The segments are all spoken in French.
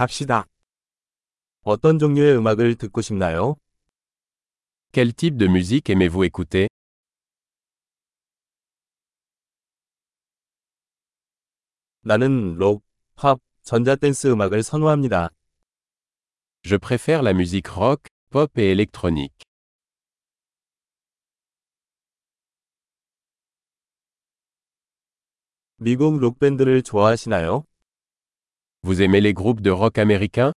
갑시다. 어떤 종류의 음악을 듣고 싶나요? Quel type de musique aimez-vous écouter 나는 록, 팝, 전자댄스 음악을 선호합니다. Je préfère la musique rock, pop et électronique. 미국 록밴드를 좋아하시나요? Vous aimez les groupes de rock américains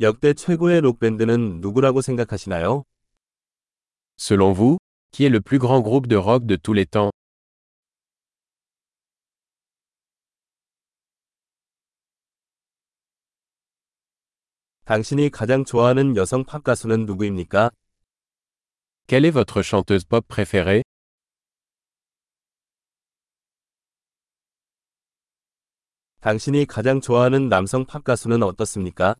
역대 최고의 록밴드는 누구라고 생각하시나요? Selon vous, qui est le plus grand groupe de rock de tous les temps 당신이 가장 좋아하는 여성 팝 가수는 누구입니까? Quelle est votre chanteuse pop préférée 당신이 가장 좋아하는 남성 팝 가수는 어떻습니까?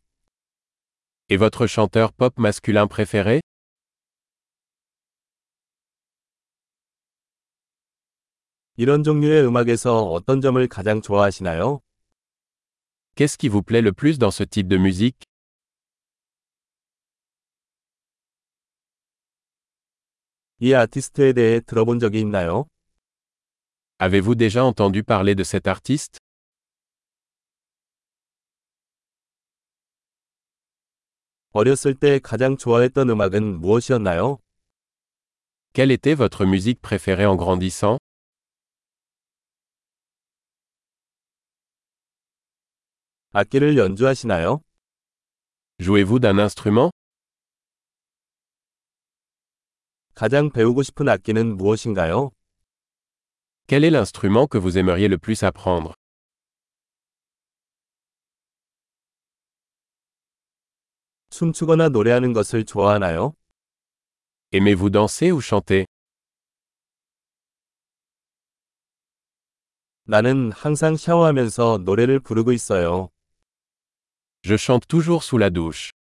Et votre chanteur pop masculin préféré 이런 종류의 음악에서 어떤 점을 가장 좋아하시나요? Qu'est-ce qui vous plaît le plus dans ce type de musique 이 아티스트에 대해 들어본 적이 있나요? Avez-vous déjà entendu parler de cet artiste 어렸을 때 가장 좋아했던 음악은 무엇이었나요? Quelle était votre musique préférée en grandissant 악기를 연주하시나요? Jouez-vous d'un instrument 가장 배우고 싶은 악기는 무엇인가요? Quel est l'instrument que vous aimeriez le plus apprendre 춤추거나 노래하는 것을 좋아하나요? Aimez-vous danser ou chanter 나는 항상 샤워하면서 노래를 부르고 있어요. Je chante toujours sous la douche.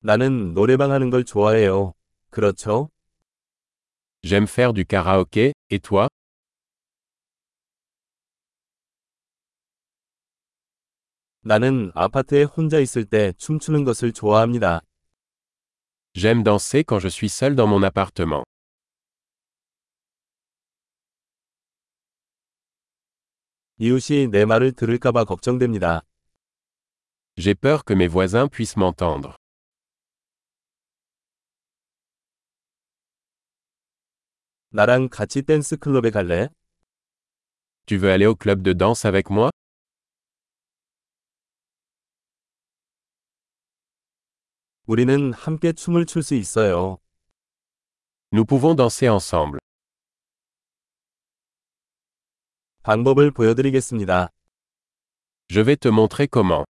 나는 노래방 하는 걸 좋아해요. 그렇죠? J'aime faire du karaoké, et toi 나는 아파트에 혼자 있을 때 춤추는 것을 좋아합니다. J'aime danser quand je suis seul dans mon appartement. 이웃이 내 말을 들을까봐 걱정됩니다. J'ai peur que mes voisins puissent m'entendre. 나랑 같이 댄스 클럽에 갈래? Tu veux aller au club de danse avec moi 우리는 함께 춤을 출 수 있어요. Nous pouvons danser ensemble. 방법을 보여드리겠습니다. Je vais te montrer comment.